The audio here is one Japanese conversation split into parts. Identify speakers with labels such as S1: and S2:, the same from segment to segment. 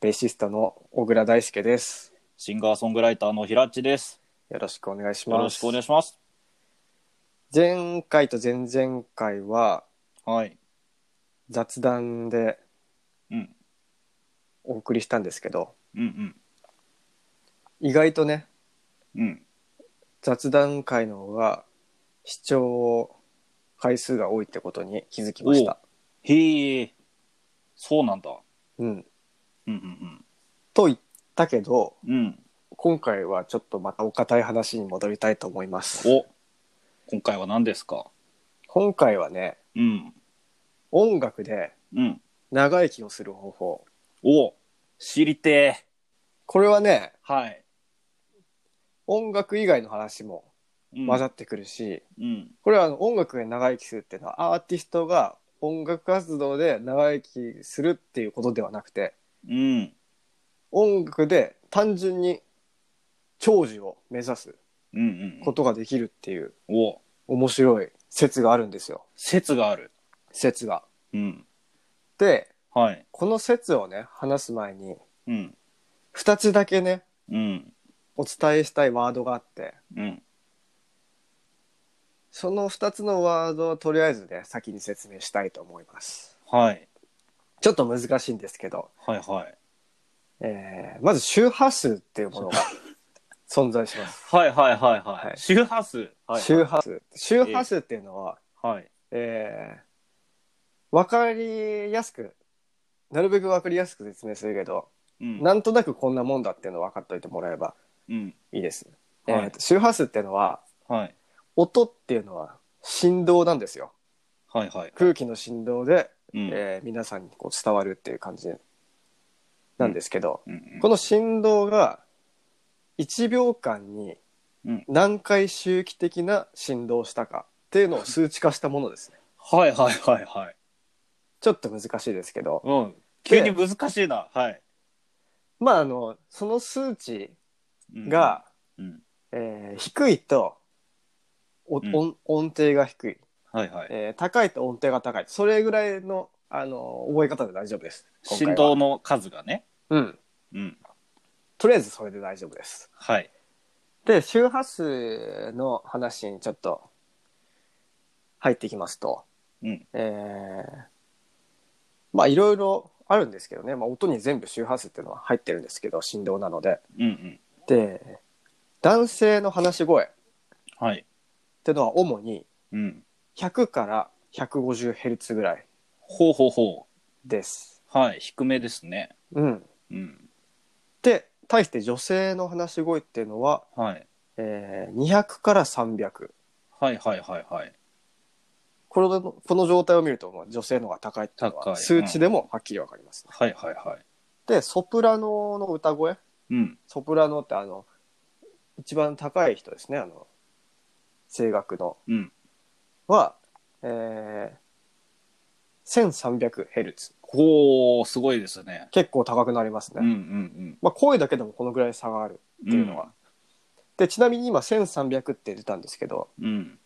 S1: ベーシストの小倉大輔です。
S2: シンガーソングライターの平地です。
S1: よろしくお願いし
S2: よ
S1: ま
S2: ろし
S1: す。
S2: くお願いします。
S1: 前回と前々回は
S2: はい。
S1: 雑談で
S2: うん。
S1: お送りしたんですけど、
S2: うん
S1: 意外とね、
S2: うん。うん。
S1: 雑談会の方が視聴回数が多いってことに気づきました。
S2: へえ。そうなんだ。
S1: うん。
S2: うんうん
S1: と言ったけど、
S2: うん。うん。
S1: 今回はちょっとまたお堅い話に戻りたいと思います。
S2: お今回は何ですか
S1: 今回はね、
S2: うん。
S1: 音楽で
S2: うん。
S1: 長生きをする方法。
S2: お知りて
S1: これはね、
S2: え。はい。
S1: 音楽以外の話も
S2: うん
S1: 混ざってくるし、
S2: うん。
S1: これはあの音楽で長生きするっていうのはアーティストが音楽活動で長生きするっていうことではなくて
S2: うん。
S1: 音楽で単純に長寿を目指す
S2: うんうん
S1: ことができるっていう
S2: お
S1: 面白い説があるんですよ
S2: 説がある。
S1: 説が。
S2: うん。
S1: で
S2: はい。
S1: この説をね話す前に
S2: うん。
S1: 2つだけね
S2: うん。
S1: お伝えしたいワードがあって
S2: うん。
S1: その2つのワードをとりあえずね先に説明したいと思います。
S2: はい。
S1: ちょっと難しいんですけど
S2: はいはい。
S1: えーまず周波数っていうもの が存在します。
S2: はいはいはいは
S1: はい
S2: い。周波数。はいはい
S1: 周波数。周波数っていうのは、
S2: はい。
S1: えー、わかりやすく、なるべくわかりやすく説明するけど、
S2: うん。
S1: なんとなくこんなもんだっていうのを分かっておいてもらえば
S2: うん。
S1: いいです。
S2: はい
S1: えーと周波数っていうのは、
S2: はい。
S1: 音っていうのは振動なんですよ。
S2: はいはい。
S1: 空気の振動で、
S2: うん。
S1: えー皆さんにこう伝わるっていう感じなんですけど、
S2: うん
S1: この振動が1秒間に
S2: うん
S1: 何回周期的な振動をしたかっていうのを数値化したものですね。
S2: はいはいはいはい。
S1: ちょっと難しいですけど、
S2: うん。急に難しいな。はい。
S1: まああの、その数値が、
S2: うん、
S1: えー低いとお
S2: うん
S1: 音音程が低い、
S2: はいはい。
S1: えー高いと音程が高い、それぐらいのあの覚え方で大丈夫です。今回は
S2: 振動の数がね。
S1: うん。
S2: うん。
S1: とりあえずそれで大丈夫です。
S2: はい。
S1: で、周波数の話にちょっと入っていきますと、
S2: うん。
S1: えーまあいろいろあるんですけどね、まあ、音に全部周波数っていうのは入ってるんですけど振動なので
S2: うんうん。
S1: で男性の話し声っ
S2: はい。
S1: ていうのは主に
S2: うん。
S1: 100から 150Hz ぐらい
S2: ほうほうほ
S1: です。
S2: う。はい。低めですね。
S1: うん、
S2: うん。
S1: で対して女性の話し声っていうのは、
S2: はい。
S1: えー200から300
S2: はいはいはいはい。
S1: このこの状態を見るとまあ女性の方が高いっていうの
S2: 高い
S1: は数値でもはっきりわかります、
S2: はいはいはい。
S1: でソプラノの歌声
S2: うん。
S1: ソプラノってあの一番高い人ですねあの声楽の
S2: うん。
S1: は、えー、1300Hz
S2: ほう、すごいですね。
S1: 結構高くなりますね、
S2: うんうん
S1: まあ、声だけでもこのぐらい差がある
S2: うん。
S1: っていうのは、でちなみに今1300って出たんですけど
S2: うん。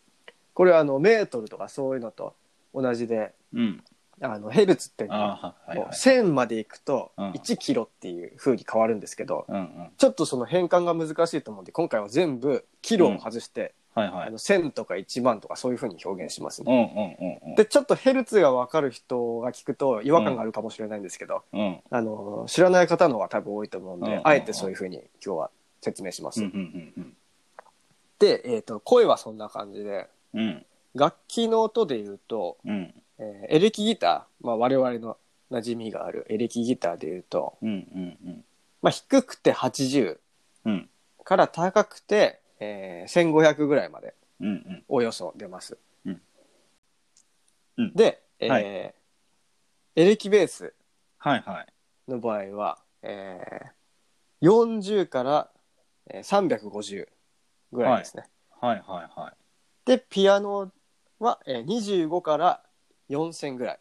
S1: これはあのメートルとかそういうのと同じで
S2: うん。うん。
S1: あのヘルツっていうのは
S2: ああ、はい
S1: もう
S2: はい。
S1: 1000までいくと
S2: うん
S1: 1キロっていう風に変わるんですけど、
S2: うんうん。
S1: ちょっとその変換が難しいと思うんで今回は全部キロを外して、
S2: はいは
S1: あ
S2: い。
S1: の1000とか1万とかそういうふうに表現します
S2: う
S1: ね。
S2: んうんうんうん。
S1: でちょっとヘルツが分かる人が聞くと違和感があるかもしれないんですけど、
S2: うん。
S1: あの知らない方の方が多分多いと思うんで、
S2: うん
S1: あえてそういうふうに今日は説明します。
S2: うんうんうん
S1: で、えー、と声はそんな感じで
S2: うん。うん
S1: 楽器の音で言うと、
S2: うん
S1: えーエレキギター、まあ、我々の馴染みがあるエレキギターで言うと、
S2: うんうん
S1: まあ、低くて80
S2: うん。うん
S1: から高くて、えー1500ぐらいまで
S2: うんうん。
S1: およそ出ます。
S2: うんうん
S1: で、えー
S2: はい
S1: エレキベース
S2: はいはい。
S1: の場合は、えー、40からえー350ぐらいですね。
S2: はいはいはい。
S1: でピアノは、えー、25から4000ぐらい、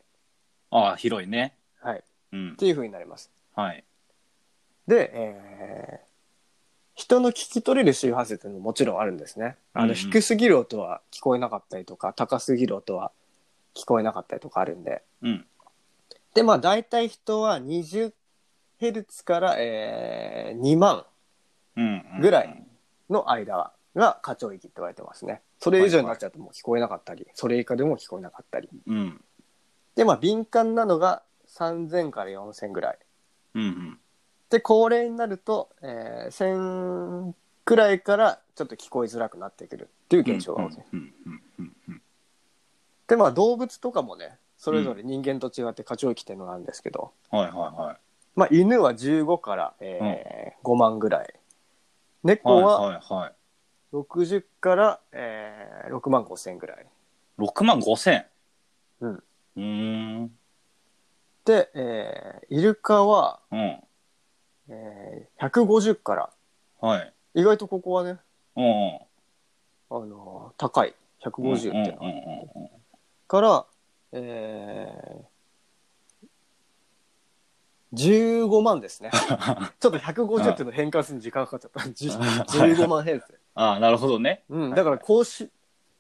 S2: ああ、広いね。
S1: はい、っ
S2: うん。
S1: ていうふうになります。
S2: はい。
S1: で、えー人の聞き取れる周波数っていうのももちろんあるんですね。あの、
S2: うんうん
S1: 低すぎる音は聞こえなかったりとか、高すぎる音は聞こえなかったりとかあるんで。
S2: うん。
S1: で、まあ大体人は20ヘルツから、えー2万
S2: うんうん
S1: ぐらい。の間が課長域って言われてますね。それ以上になっちゃうともう聞こえなかったり、それ以下でも聞こえなかったり。
S2: うん。
S1: で、まあ敏感なのが3000から4000ぐらい。
S2: うんうん。
S1: で、高齢になると、えー1000くらいからちょっと聞こえづらくなってくるっていう現象が起きる。
S2: うんうんうんうん。
S1: で、まあ動物とかもね、それぞれ人間と違って課長域っていうのがあるんですけど、
S2: はいはいはい。
S1: まあ犬は15から、えー5万ぐらい。猫は
S2: はいはいはい。
S1: 60から、えー6万5千ぐらい。
S2: 6万5千。
S1: うん
S2: うーん。
S1: で、えーイルカは、
S2: うん。
S1: えー150から
S2: はい。
S1: 意外とここはね、
S2: うんうん。
S1: あのー高い150っていうのは、
S2: うんうんうんうん。
S1: から、えー、15万 ですねちょっと150っていうの変換するのに時間かかっちゃった10 15万ヘルツ、
S2: ああ、なるほどね。
S1: うん、だからこうし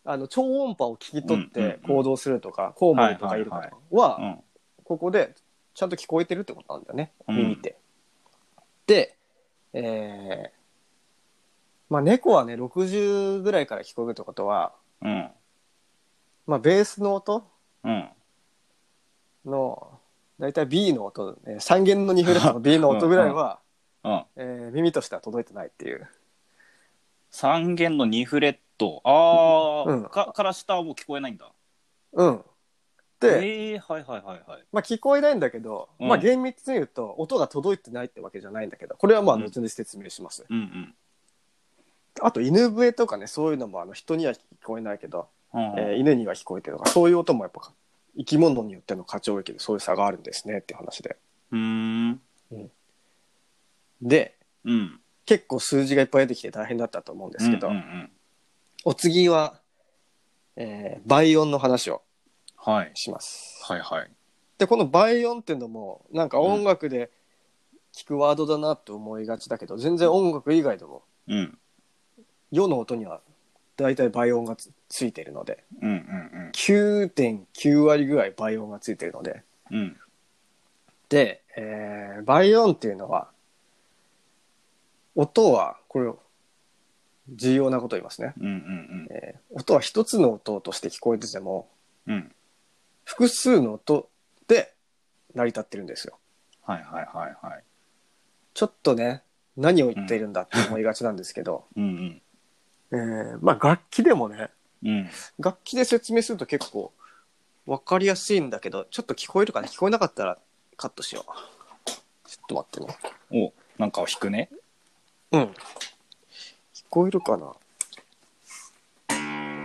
S1: あの超音波を聞き取っ
S2: うんうんう
S1: て
S2: ん
S1: 行動するとか、コウモリとかイルカとかは、
S2: うん。
S1: ここでちゃんと聞こえてるってことなんだよね
S2: うん
S1: 耳って。で、えーまあ、猫はね60ぐらいから聞こえるってことは、
S2: うん。
S1: まあ、ベースの音
S2: うん。
S1: の大体 B の音、えー3弦の2フレット の B の音ぐらいは、
S2: うん。
S1: えー耳としては届いてないっていう
S2: 三弦の2フレット。ああ、
S1: うん
S2: かから下はもう聞こえないんだ。
S1: うんで、
S2: ええー、はいはいはいはい。
S1: まあ、聞こえないんだけど、
S2: うん
S1: まあ、厳密に言うと音が届いてないってわけじゃないんだけどこれはまあ後に説明します、
S2: うん
S1: あと犬笛とかねそういうのもあの人には聞こえないけど、
S2: うん。うん
S1: えー犬には聞こえてるとかそういう音もやっぱ生き物によっての過聴域でそういう差があるんですねっていう話で
S2: うーん。
S1: で
S2: うん。
S1: 結構数字がいっぱい出てきて大変だったと思うんですけど、
S2: うんうんうん
S1: お次は、えー倍音の話を
S2: はい。
S1: します。
S2: はいはい。
S1: でこの倍音っていうのもなんか音楽で聞くワードだなと思いがちだけど、全然音楽以外でも
S2: うん。
S1: 世の音には大体倍音がつついてるので
S2: うんうん
S1: 9.9割ぐらい倍音がついてるので
S2: うん。うん。
S1: で、えー倍音っていうのは音はこれ重要なことを言いますね、
S2: うんうん
S1: えー音は一つの音として聞こえてても
S2: うん。うん。
S1: 複数の音で成り立ってるんですよ
S2: はいはいはいはい。
S1: ちょっとね何を言っているんだって思いがちなんですけど、
S2: うん
S1: えーまあ楽器でもね
S2: うん。うん。
S1: 楽器で説明すると結構分かりやすいんだけどちょっと聞こえるかな聞こえなかったらカットしようちょっと待ってね
S2: おなんかを弾くね。
S1: うん聞こえるかな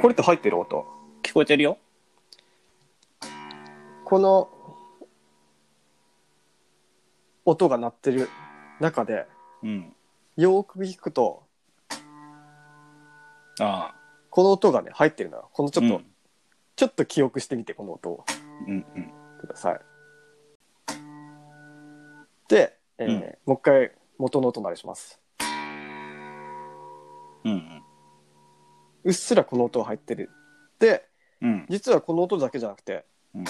S1: これって入ってる音
S2: 聞こえてるよ。
S1: この音が鳴ってる中で
S2: うん。
S1: よーく聞くと
S2: ああ。
S1: この音がね入ってるのよこのちょっと、
S2: うん
S1: ちょっと記憶してみてこの音を
S2: うんうん。
S1: ください。で、えー
S2: うん
S1: もう一回元の音鳴りします。
S2: うん
S1: うっすらこの音が入ってる。で、
S2: うん。うん
S1: 実はこの音だけじゃなくて、
S2: うん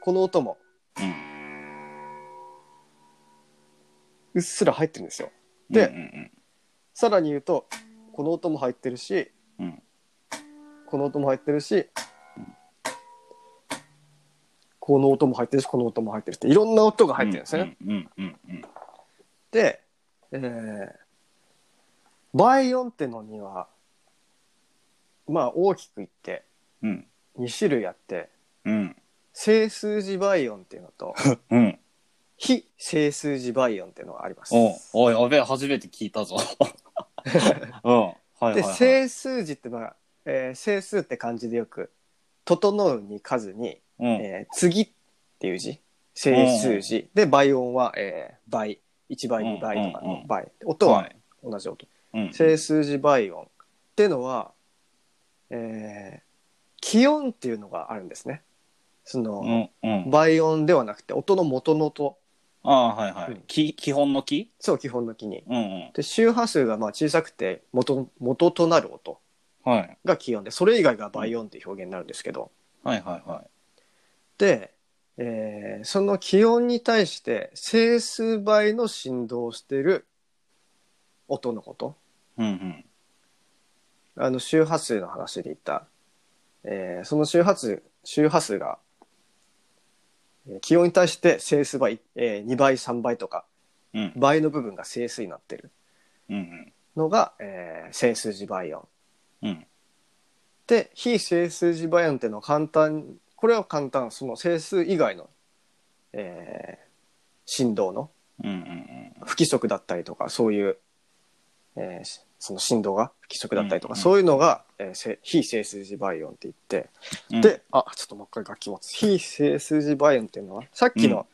S1: この音も
S2: うん。
S1: うっすら入ってるんですよ。で
S2: うんうん
S1: さらに言うと、この音も入ってるし、
S2: うん。うん
S1: この音も入ってるし、この音も入ってるし、この音も入ってるって、いろんな音が入ってるんですね。。
S2: うんうんうん
S1: で、えー、倍音ってのには、まあ大きく言って
S2: うん。うん
S1: 2種類あって、
S2: うん
S1: 整数字倍音っていうの と、
S2: うん。
S1: 非整数字倍音っていうのがあります。
S2: おおい、やべえ、初めて聞 いたぞ。うん。はいはい、
S1: で、
S2: はい。
S1: 整数字って、まあ、えー整数って漢字でよく、整うに数に、
S2: うん。
S1: えー次っていう字、整数字。で、倍音は、えー倍、1倍、2倍とか
S2: うんうんう
S1: の
S2: ん
S1: 倍。音
S2: は
S1: はい同じ音。
S2: うん。
S1: 整数字倍音ってのは、えー、気音っていうのがあるんですね。その、
S2: うんうん。
S1: 倍音ではなくて音の元の音。
S2: ああ、はいは
S1: う
S2: い
S1: ん。
S2: き基本の木
S1: そう、基本の気に。
S2: うんうん。
S1: で、周波数がまあ小さくて元、元となる音
S2: はい。
S1: が気音で、それ以外が倍音っていう表現になるんですけど、
S2: はいはいは
S1: で、えーその気温に対して整数倍の振動をしている音のこと
S2: うんうん。
S1: あの周波数の話で言った、えーその周波数周波数がえー気温に対して整数倍、えー2倍3倍とか
S2: うん
S1: 倍の部分が整数になってる
S2: うん
S1: のが、えー整数字倍音
S2: うん。うん
S1: で非整数字倍音っていうのは簡単これは簡単その整数以外の、えー振動の
S2: うんうん
S1: 不規則だったりとかそういう、えーしその振動が不規則だったりとか、
S2: うんうん
S1: そういうのが、えーせ非整数字倍音って言って、
S2: うん。
S1: であちょっともう一回楽器持つ非整数字倍音っていうのはさっきの、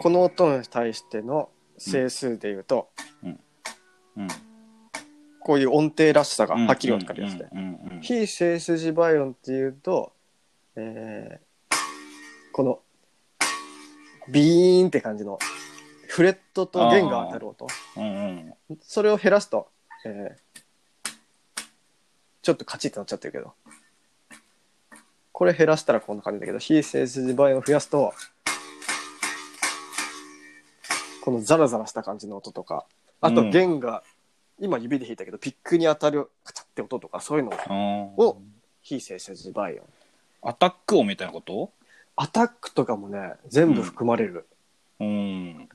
S1: この音に対しての整数で言うと、
S2: うん、
S1: こういう音程らしさが
S2: うん、
S1: はっきり分かるやつで、
S2: うんうんうん
S1: 非整数字倍音っていうと、えーこのビーンって感じのフレットと弦が当たる音
S2: うんうん。
S1: それを減らすと、えーちょっとカチッとなっちゃってるけどこれ減らしたらこんな感じだけど非整数倍を増やすとこのザラザラした感じの音とかあ
S2: う
S1: と
S2: ん
S1: 弦が、今指で弾いたけどピックに当たるカチャって音とかそういうのを
S2: あー
S1: を非整数字倍音
S2: アタック音みたいなこと
S1: アタックとかもね全部含まれる、
S2: うん。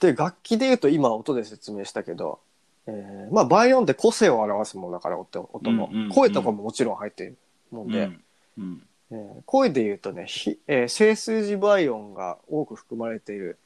S1: で楽器で言うと今音で説明したけど、えーまあ倍音って個性を表すものだから音音も、
S2: うんうんうん
S1: 声とかももちろん入ってるもんで、
S2: うんうん。
S1: えー声で言うとね、ひえー整数字倍音が多く含まれている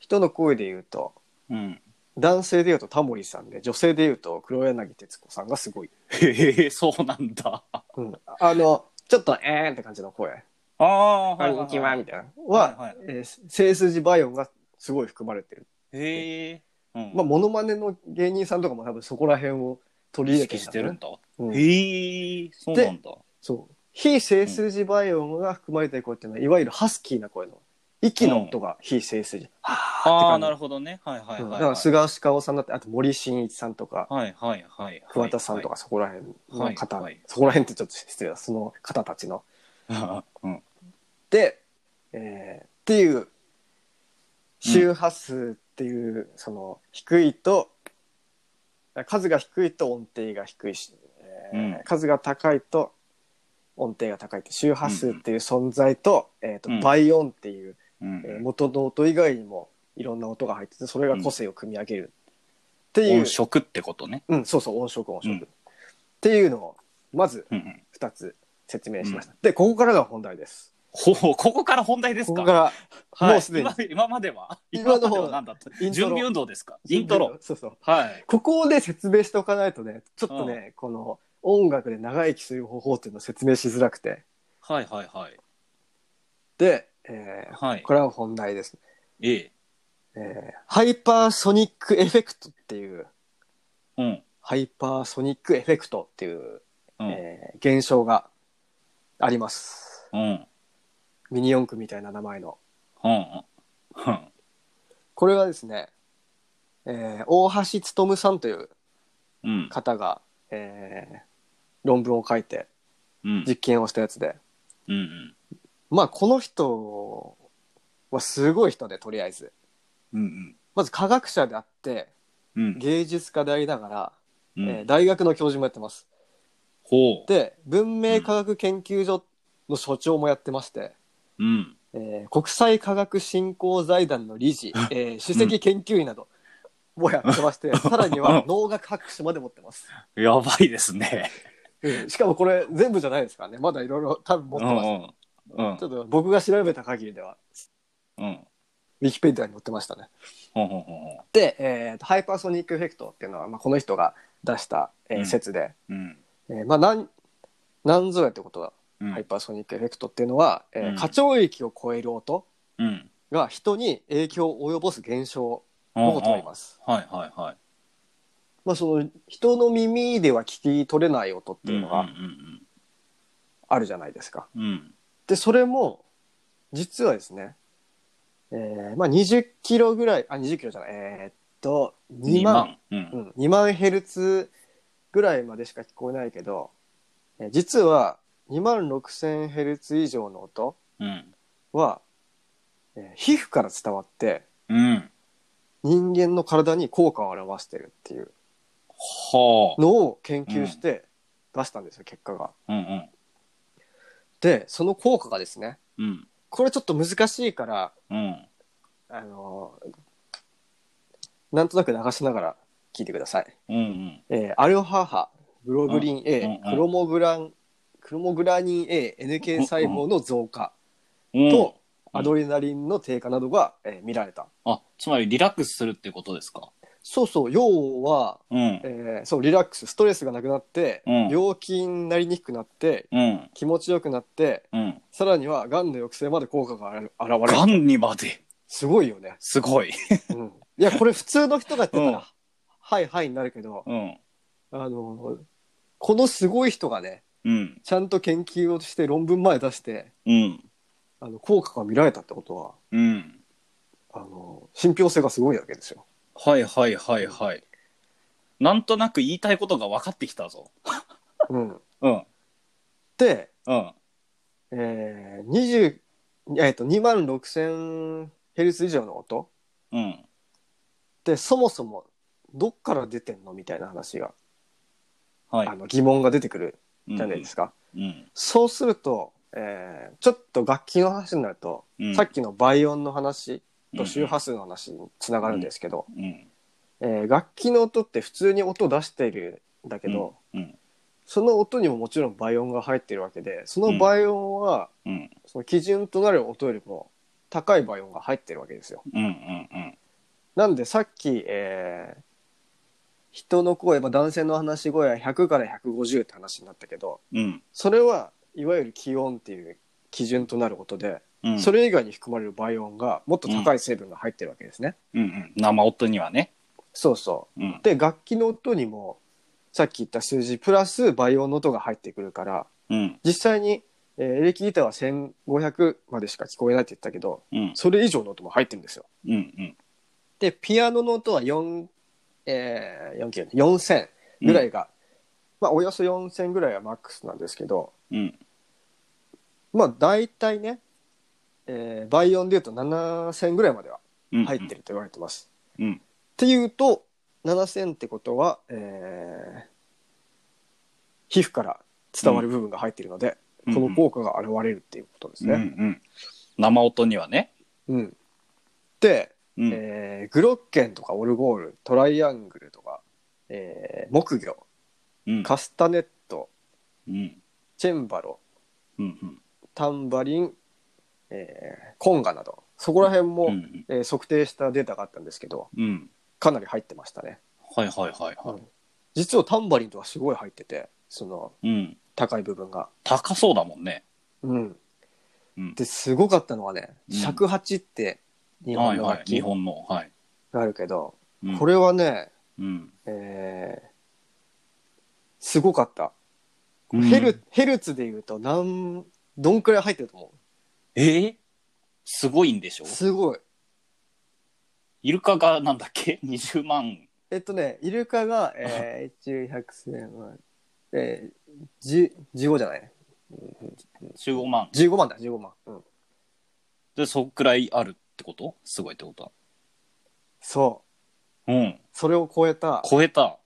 S1: 人の声で言うと
S2: うん。
S1: 男性で言うとタモリさんで女性で言うと黒柳徹子さんがすごい、
S2: へえ、そうなんだ。あ
S1: うん、あのちょっとえーんって感じの声
S2: あ
S1: 「
S2: ー、
S1: あ
S2: はい
S1: の
S2: は
S1: 行
S2: い
S1: きま」みたいなのは、
S2: はいはい
S1: えー整数字倍音がすごい含まれてる
S2: へえ。うん
S1: まあ、モノマネの芸人さんとかも多分そこら辺を取り
S2: 意
S1: 入れて
S2: 識
S1: き
S2: したて
S1: ね
S2: るんだ。
S1: うん
S2: へえ、そうなんだ。
S1: そう。非整数字倍音が含まれている声っていうのは、いわゆるハスキーな声の、息の音が非整数字。
S2: ああ、なる
S1: ほ
S2: ほどね。はいはい
S1: だ
S2: はいはい。
S1: から、菅義雄さんだって、あと森進一さんとか、
S2: はいはいはいはい。
S1: 桑田さんとか、そこら辺の方、
S2: はいはい
S1: そこら辺ってちょっと失礼だ、その方たちの。
S2: か。うん。
S1: で、えーっていう、周波数っていう、その、低いと、数が低いと音程が低いし、えー
S2: うん
S1: 数が高いと音程が高いって周波数っていう存在と,、えー、
S2: うん
S1: と倍音っていう、
S2: う
S1: えー
S2: ん。
S1: 元の音以外にもいろんな音が入っててそれが個性を組み上げるっていう、うん
S2: 音色ってことね。
S1: そうそう音色音色、
S2: うん
S1: っていうのをまず
S2: うんうん。
S1: 2つ説明しました、でここからが本題です
S2: ほう、ここから本題です
S1: ここ
S2: か。
S1: から、
S2: はい
S1: もうすでに
S2: 今今までは
S1: 今
S2: 今
S1: の
S2: ま
S1: 方
S2: では何だった
S1: イントロ
S2: 準備運動ですかイントロ。
S1: そうそう
S2: はい。
S1: ここで説明しておかないとねちょっとね、この音楽で長生きする方法っていうのを説明しづらくて
S2: はいはいはい。
S1: で、えー
S2: はい。
S1: これは本題です、
S2: ええ。
S1: えーハイパーソニックエフェクトっていう
S2: うん。
S1: ハイパーソニックエフェクトっていう、
S2: うん。
S1: えー現象があります
S2: うん。
S1: ミニ四駆みたいな名前の
S2: うん。うん。
S1: これはですね、えー大橋勉さんという
S2: うん。
S1: 方が、えー論文を書いて
S2: うん。
S1: 実験をしたやつで
S2: うん。
S1: まあこの人はすごい人でとりあえず
S2: うん。
S1: まず科学者であって
S2: うん。
S1: 芸術家でありながら、
S2: う
S1: えー
S2: ん。
S1: 大学の教授もやってます
S2: ほう。
S1: で文明科学研究所の所長もやってまして、
S2: うん。
S1: えー国際科学振興財団の理事、えー首席研究員などもやってまして、さらには 農学博士まで持ってます、
S2: やばいですね。
S1: うんしかもこれ全部じゃないですからねまだいろいろ多分持
S2: う
S1: ってます、
S2: ん。うん
S1: ちょ。っと僕が調べた限りでは
S2: うん。
S1: ウィキペディアに載ってましたね
S2: ほうほうほ
S1: で、えーとハイパーソニックエフェクトっていうのは、まあ、この人が出した、えー
S2: うん
S1: 説で、
S2: う。うん。
S1: えーまあなんなんぞやってことは、
S2: うん
S1: ハイ。パーソニックエフェクトっていうのは、えー
S2: うん
S1: 波長域を超える音、
S2: うん。
S1: が人に影響を及ぼす現象
S2: うん
S1: のことを言います。
S2: はいはいはい。
S1: まあその人の耳では聞き取れない音っていうの
S2: うん
S1: が
S2: うん
S1: あるじゃないですか。
S2: うんうん。
S1: でそれも実はですね、えーまあ20キロぐらいあ20キロじゃないえーっと2万
S2: う。
S1: うんん、2万ヘルツぐらいまでしか聞こえないけど、えー実は2万6千ヘルツ以上の音
S2: うん。
S1: はえー皮膚から伝わって
S2: うん。
S1: 人間の体に効果を表してるっていう
S2: は
S1: のを研究して出したんですよ、結果が。
S2: あ。うん
S1: でその効果がですね
S2: うん。うん。
S1: これちょっと難しいから
S2: うん。
S1: あのーなんとなく流しながら聞いてください。
S2: うんうん。
S1: えーアルファ波グロブリン A、
S2: うんうんうん
S1: クロモグランクロモグラニン ANK 細胞の増加
S2: うん
S1: と、
S2: うん
S1: アドレナリンの低下などが、えー見られた。
S2: あ、つまりリラックスするってことですか。
S1: そうそう要は、
S2: うん。
S1: えーそうリラックスストレスがなくなって、
S2: うん
S1: 病気になりにくくなって
S2: うん。
S1: 気持ちよくなって
S2: うん。
S1: さらにはがんの抑制まで効果があら現れ
S2: ガ
S1: る
S2: ンにまで。
S1: すごいよね、
S2: すごい。
S1: うん、いやこれ普通の人がやってたら、
S2: うん
S1: はいはいになるけど
S2: うん。
S1: あのこのすごい人がね
S2: うん。
S1: ちゃんと研究をして論文前出して
S2: うん。
S1: あの効果が見られたってことは
S2: うん。
S1: あの信憑性がすごいわけですよ。
S2: はいはいはいはい。なんとなく言いたいことが分かってきたぞ。
S1: うん、
S2: うん。
S1: で、
S2: うん。
S1: えー、20えー、と2万6,000ヘルツ以上の音
S2: うん。
S1: でそもそもどっから出てんのみたいな話が、
S2: はい。
S1: あの疑問が出てくる
S2: うん
S1: じゃないですか。
S2: うん。
S1: そうすると、えーちょっと楽器の話になると、
S2: うん
S1: さっきの倍音の話と周波数の話につながるんですけど、
S2: うん。
S1: えー楽器の音って普通に音を出しているんだけど、
S2: うん。
S1: その音にももちろん倍音が入ってるわけでその倍音は
S2: うん。
S1: その基準となる音よりも高い倍音が入ってるわけですよ。
S2: うん。うん。うん。
S1: なんでさっき、えー人の声、まあ、男性の話し声は100から150って話になったけど
S2: うん。
S1: それはいわゆる気音っていう基準となる音で、
S2: うん。
S1: それ以外に含まれる倍音がもっと高い成分が入ってるわけですね。
S2: うんうん。生音にはね。
S1: そうそう
S2: うん。
S1: で楽器の音にもさっき言った数字プラス倍音の音が入ってくるから
S2: うん。
S1: 実際に、えーエレキギターは1500までしか聞こえないって言ったけど
S2: うん。
S1: それ以上の音も入ってるんですよ。
S2: うん。うん。
S1: でピアノの音は4、えー、4キロ4000ぐらいが、まあおよそ4000ぐらいがマックスなんですけど
S2: うん。
S1: まあ大体ね、えー倍音でいうと7000ぐらいまでは
S2: うん。
S1: 入ってると言われてます。
S2: うん。
S1: っていうと7,000ってことは、えー皮膚から伝わる部分が入っているので、
S2: うん
S1: この効果が現れるっていうことです
S2: うん。う
S1: ね。
S2: ん。生音にはね。
S1: うんで、
S2: うん。
S1: えーグロッケンとかオルゴールトライアングルとか、えー木魚
S2: うん。
S1: カスタネット
S2: うん。
S1: チェンバロ
S2: うん。
S1: タンバリン、えーコンガなどそこら辺も、
S2: うん。
S1: えー測定したデータがあったんですけど
S2: うん。
S1: かなり入ってましたね。
S2: はいはいはいは
S1: 実はタンバリンとかすごい入っててその
S2: い。うん。
S1: 高い部分が。
S2: 高そうだもんね。
S1: うん
S2: うん。
S1: ですごかったのはね
S2: うん
S1: 尺八って日本の楽器
S2: 日本の。はい。
S1: があるけど、
S2: うん
S1: こ。れはね、
S2: うん。
S1: えーすごかった、
S2: うん
S1: ヘルヘルツでいうとなんどんくらい入ってると思
S2: えーすごいんでしょ
S1: うすごい
S2: イルカがなんだっけ ?20 万。
S1: えっとねイルカが、えー、1100千万えー、10 15じゃない
S2: 15万。
S1: 15万だ15万、うん、
S2: で、そっくらいあるってことすごいってことは。
S1: そう
S2: うん。
S1: それを超えた
S2: 超えた。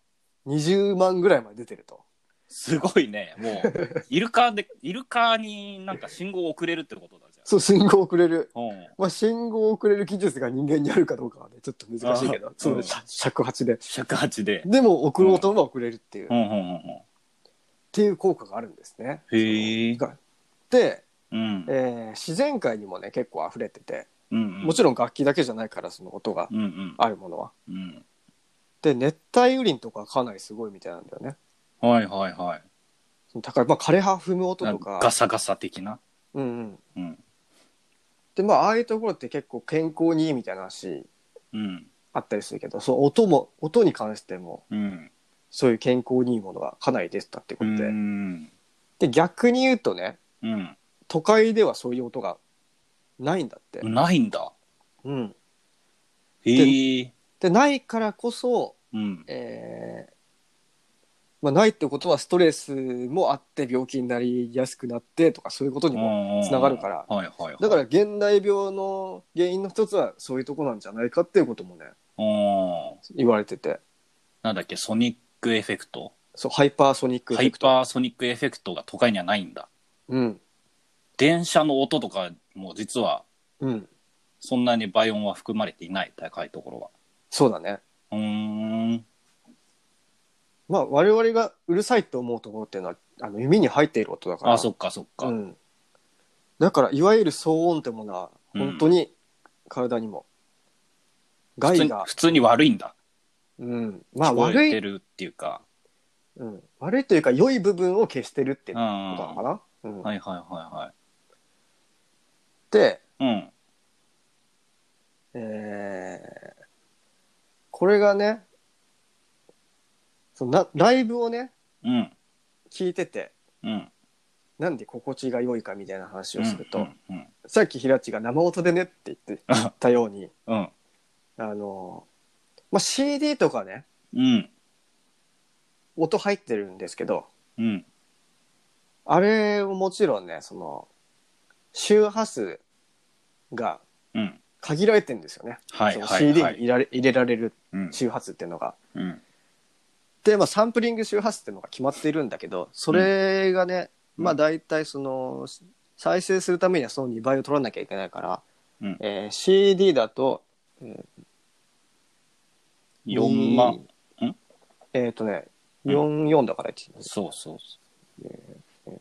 S1: 20万ぐらいまで出てると
S2: すごいね。もう、 イルカで、イルカになんか信号を送れるってことだじゃん。
S1: そう信号をくれる
S2: うん。
S1: まあ、信号をくれる技術が人間にあるかどうかはねちょっと難しいけ
S2: あ
S1: ど
S2: ー
S1: そう
S2: うん
S1: ね尺尺八で
S2: 尺八で。
S1: でも送ろうと思えば送れるっていう、
S2: う
S1: っ
S2: んうんうん
S1: ていう効果があるんですね。
S2: うん。へえ。
S1: がで、
S2: うん
S1: え。ー自然界にもね結構溢れてて
S2: うん。
S1: もちろん楽器だけじゃないからその音が
S2: ろん。うん
S1: あるものは。
S2: うん。
S1: で熱帯雨林とかはかなりすごいみたいなんだよね。
S2: うん。はいはいはい。
S1: その高いまあ枯葉踏む音
S2: なん
S1: と
S2: か
S1: か
S2: ガサガサ的な。
S1: うんうん、
S2: うん。
S1: でまあああいうところって結構健康にいいみたいな話
S2: うん。
S1: あったりするけどそう音も音に関しても
S2: うん。
S1: そういう健康にいいものがかなり出てたってこ
S2: う
S1: とで。
S2: ん。
S1: で逆に言うとね
S2: うん。
S1: 都会ではそういう音がないんだって、
S2: ないんだ。
S1: うん
S2: へえ。
S1: でないからこそ、
S2: うん。
S1: えーまあ、ないってことはストレスもあって病気になりやすくなってとかそういうことにもつながるから
S2: うんうんうんはいはいはい、
S1: だから現代病の原因の一つはそういうとこなんじゃないかっていうこともね
S2: うん
S1: 言われてて
S2: なんだっけソニックエフェクト
S1: そうハイパーソニックエフ
S2: ハ
S1: ェ
S2: イ
S1: クト、
S2: パーソニックエフェクトが都会にはないんだ
S1: うん
S2: 電車の音とかも実は
S1: うん、
S2: そんなに倍音は含まれていない高いところ
S1: そうだね
S2: はうーん
S1: まあ我々がうるさいと思うところっていうのはあの耳に入っている音だから
S2: あそっかそっか、
S1: うん、だからいわゆる騒音ってものは本当に体にも
S2: 普通
S1: 害
S2: に
S1: が、
S2: 普通に悪いんだ
S1: うん、まあ
S2: 聞こ
S1: 悪
S2: え
S1: い
S2: てるっていうか、
S1: うん、悪いというか良い部分を消してるって
S2: う
S1: こ
S2: ん
S1: となのかな。うん
S2: はいはいは
S1: で、
S2: いはいうん
S1: えーこれがねそのなライブをね
S2: うん
S1: 聞いてて
S2: うん
S1: なんで心地が良いかみたいな話をすると、
S2: うんうん
S1: さっき平地が生音でねって言ってたよう に
S2: うん
S1: あの、まあ、CD とかね
S2: うん
S1: 音入ってるんですけど
S2: うん
S1: あれをもちろんねその周波数が
S2: うん
S1: 限られてるんですよね、
S2: はい
S1: その
S2: はいは
S1: CD に
S2: い
S1: 入れられ入れられる
S2: うん
S1: 周波数っていうのが。
S2: うん
S1: で、まあ、サンプリング周波数っていうのが決まっているんだけどそれがね、
S2: うん
S1: まあ大体その再生するためにはその2倍を取らなきゃいけないから、
S2: うん
S1: えー CD だと
S2: 4万
S1: に
S2: ん
S1: えっ、とね
S2: うん
S1: 44だから
S2: そうそうそ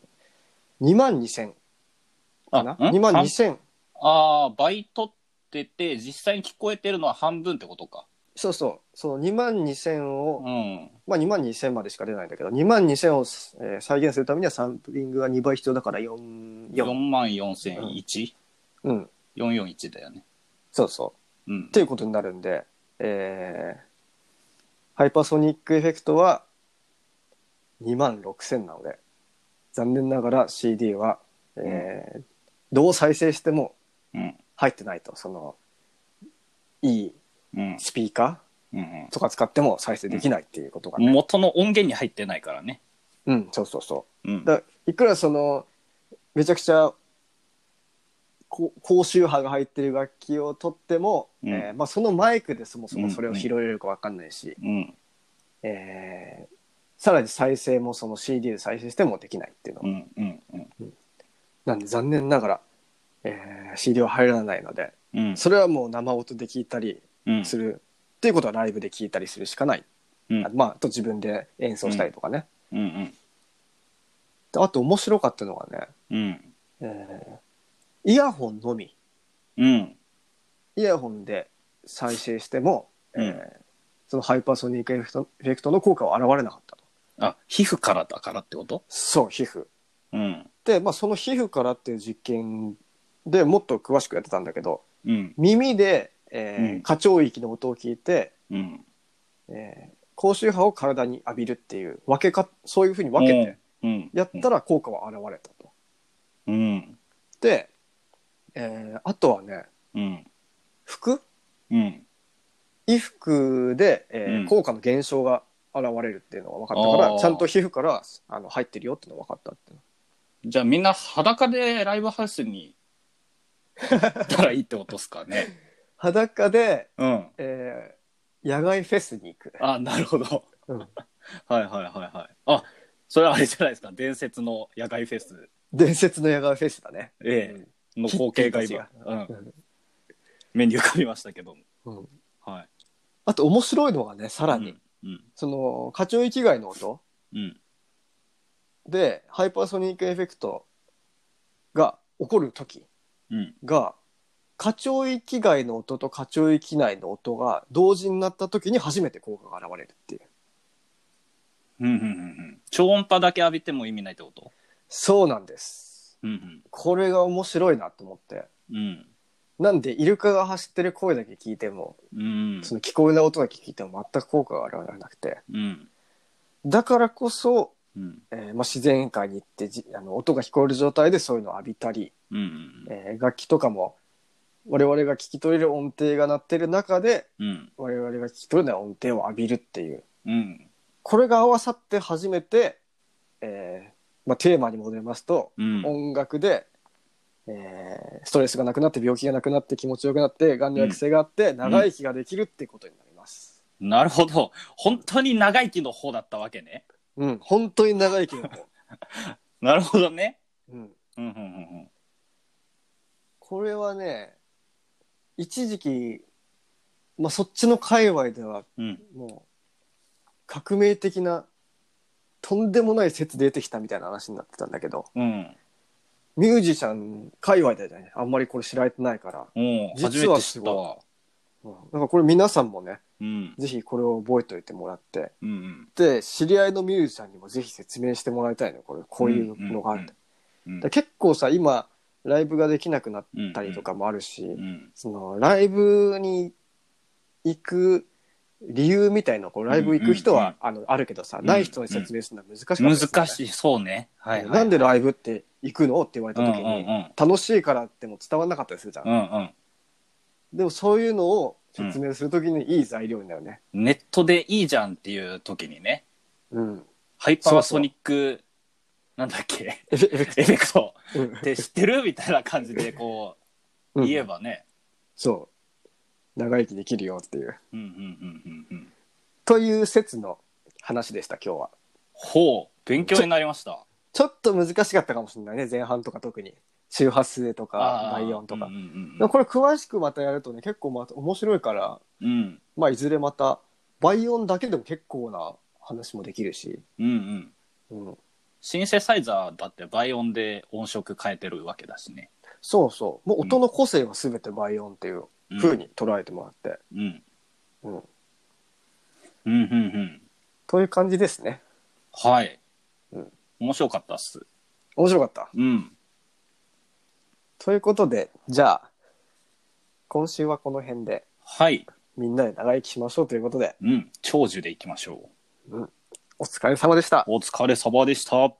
S1: 2万2000
S2: う
S1: かな2万
S2: 半
S1: 2000
S2: ああ倍取ってて実際に聞こえてるのは半分ってことか
S1: そうそうその2万2000を、
S2: うん
S1: まあ、2万2000までしか出ないんだけど2万2000を、えー再現するためにはサンプリングが2倍必要だから
S2: 4
S1: 44
S2: 万4001
S1: うん
S2: 441だよね
S1: そうそう
S2: うん
S1: っていうことになるんで、えーハイパーソニックエフェクトは2万6000なので残念ながら CD は、えーどう再生しても
S2: うん
S1: 入ってないとそのいい
S2: うん
S1: スピーカ
S2: うん
S1: ーとか使っても再生できないっていうことがね、
S2: 元の音源に入ってないからね
S1: うんそうそうそう
S2: うん
S1: だいくらそのめちゃくちゃこ高周波が入ってる楽器を取っても、
S2: うん
S1: えーまあ、そのマイクでそもそもそれを拾えれるか分かんないし、
S2: うん
S1: えーさらに再生もその CD で再生してもできないっていうの、
S2: うんうんうん
S1: なんで残念ながら、えー CD は入らないので
S2: うん
S1: それはもう生音で聞いたり
S2: うん
S1: する、っていうことはライブで聞いたりするしかない、
S2: うん
S1: あまああと自分で演奏したりとかね、
S2: うん
S1: であと面白かったのがね、
S2: うん
S1: えーイヤホンのみ
S2: うん
S1: イヤホンで再生しても、
S2: うん
S1: えーそのハイパーソニックエフェクトエフェクトの効果は現れなかったと
S2: あ皮膚からだからってこと
S1: そう皮膚
S2: うん
S1: で、まあ、その皮膚からっていう実験でもっと詳しくやってたんだけど
S2: うん
S1: 耳で、えー
S2: うん
S1: 過聴域の音を聞いて、
S2: うん
S1: えー高周波を体に浴びるっていう分けかそういうふうに分けて
S2: うん
S1: やったら効果は現れたと。
S2: うん
S1: で、えーあとはね
S2: うん
S1: 服
S2: うん
S1: 衣服で、えー
S2: うん
S1: 効果の減少が現れるっていうのが分かったか
S2: あ
S1: ら
S2: ー
S1: ちゃんと皮膚からあの入ってるよっていうのが分かったっていう
S2: じゃあみんな裸でライブハウスに行ったらいいってことっすか ね。
S1: 裸で、
S2: うん。
S1: えー野外フェスに行く
S2: あ、なるほど。
S1: うん
S2: はいはいはいはい。あ、それはあれじゃないですか。伝説の野外フェス、
S1: 伝説の野外フェスだね、
S2: ええの光景が今、うん
S1: う、ん
S2: 目に浮かびましたけども。
S1: うん
S2: はい。
S1: あと面白いのがねさら
S2: う
S1: に、
S2: ん。うん。
S1: その課長域外の音
S2: うん。
S1: でハイパーソニックエフェクトが起こる時
S2: うん。
S1: が課長域外の音と課長域内の音が同時になった時に初めて効果が現れるっていう
S2: うん。うん。うんうん。超音波だけ浴びても意味ないってこと
S1: そうなんです
S2: うん。
S1: これが面白いなと思って
S2: うん。
S1: なんでイルカが走ってる声だけ聞いても
S2: うん。
S1: その聞こえない音だけ聞いても全く効果が現れなくて
S2: うん。
S1: だからこそ、
S2: うん。
S1: えーまあ、自然界に行ってじあの音が聞こえる状態でそういうのを浴びたり、
S2: うん。
S1: えー楽器とかも我々が聞き取れる音程が鳴ってる中で
S2: うん。
S1: 我々が聞き取れない音程を浴びるっていう
S2: うん。
S1: これが合わさって初めて、えーまあ、テーマに戻りますと、
S2: うん。
S1: 音楽で、えーストレスがなくなって病気がなくなって気持ちよくなってがんの抑制があって、長生きができるってことになります。
S2: なるほど。本当に長生きの方だったわけね。
S1: うん、本当に長生きの方、
S2: なるほどね。
S1: うん、
S2: うんうんうん
S1: これはね一時期、まあ、そっちの界隈では
S2: うん。うん。
S1: もう革命的なとんでもない説出てきたみたいな話になってたんだけど
S2: うん。
S1: ミュージシャン界隈ではねあんまりこれ知られてないから、
S2: うん。初
S1: 実
S2: め
S1: は
S2: て知
S1: す
S2: っ
S1: ごい
S2: たわ。
S1: うん、なんかこれ皆さんもね
S2: うん。
S1: ぜひこれを覚えておいてもらって
S2: うんうん。
S1: で知り合いのミュージシャンにもぜひ説明してもらいたいのこれこういうのがある、って
S2: うん。
S1: で結構さ今ライブができなくなっ
S2: うん
S1: たりと。かもあるし、
S2: うん。
S1: そのライブに行く理由みたいなこうライブ行く人は、あのあるけどさ、
S2: うん
S1: ない人に説明するのは難しかったりする
S2: 難しい。そうね。はいはい。
S1: なんでライブって行くのって言われた
S2: うんうん
S1: 時
S2: う
S1: に、
S2: ん。
S1: 楽しいからっても伝わんなかったりするじゃん、
S2: うん
S1: でもそういうのを説明する時にいい材料になるね
S2: うん。ネットでいいじゃんっていう時にね。
S1: うん
S2: ハイパーソニック、なんだっけ、
S1: エフェエフェク
S2: エフェクト
S1: トうん
S2: って知ってるみたいな感じでこ
S1: う
S2: う、
S1: ん
S2: 言えばね。
S1: そう長生きできるよっていう
S2: うんうんうんうんうん。
S1: という説の話でした今日は
S2: ほう、勉強になりました。
S1: ちょっと難しかったかもしれないね前半とか特に周波数とか
S2: あ
S1: 第
S2: ー
S1: 4とか
S2: うんうん
S1: でもこれ詳しくまたやるとね結構また面白いから、
S2: うんうん。
S1: まあ、いずれまた倍音だけでも結構な話もできるし、
S2: うんうん。
S1: うん、
S2: シンセサイザーだって倍音で音色変えてるわけだしね。
S1: そうそうもう音の個性は全て倍音っていう
S2: うん
S1: 風。に捉えてもらって、
S2: うん。
S1: うん
S2: うんうんうん。
S1: という感じですね
S2: はい
S1: うん。
S2: 面白かったっす。
S1: 面白かった
S2: うん。
S1: ということでじゃあ今週はこの辺で
S2: はい。
S1: みんなで長生きしましょうということで
S2: うん。長寿でいきましょう。
S1: お疲れ様でした
S2: お疲れ様でした。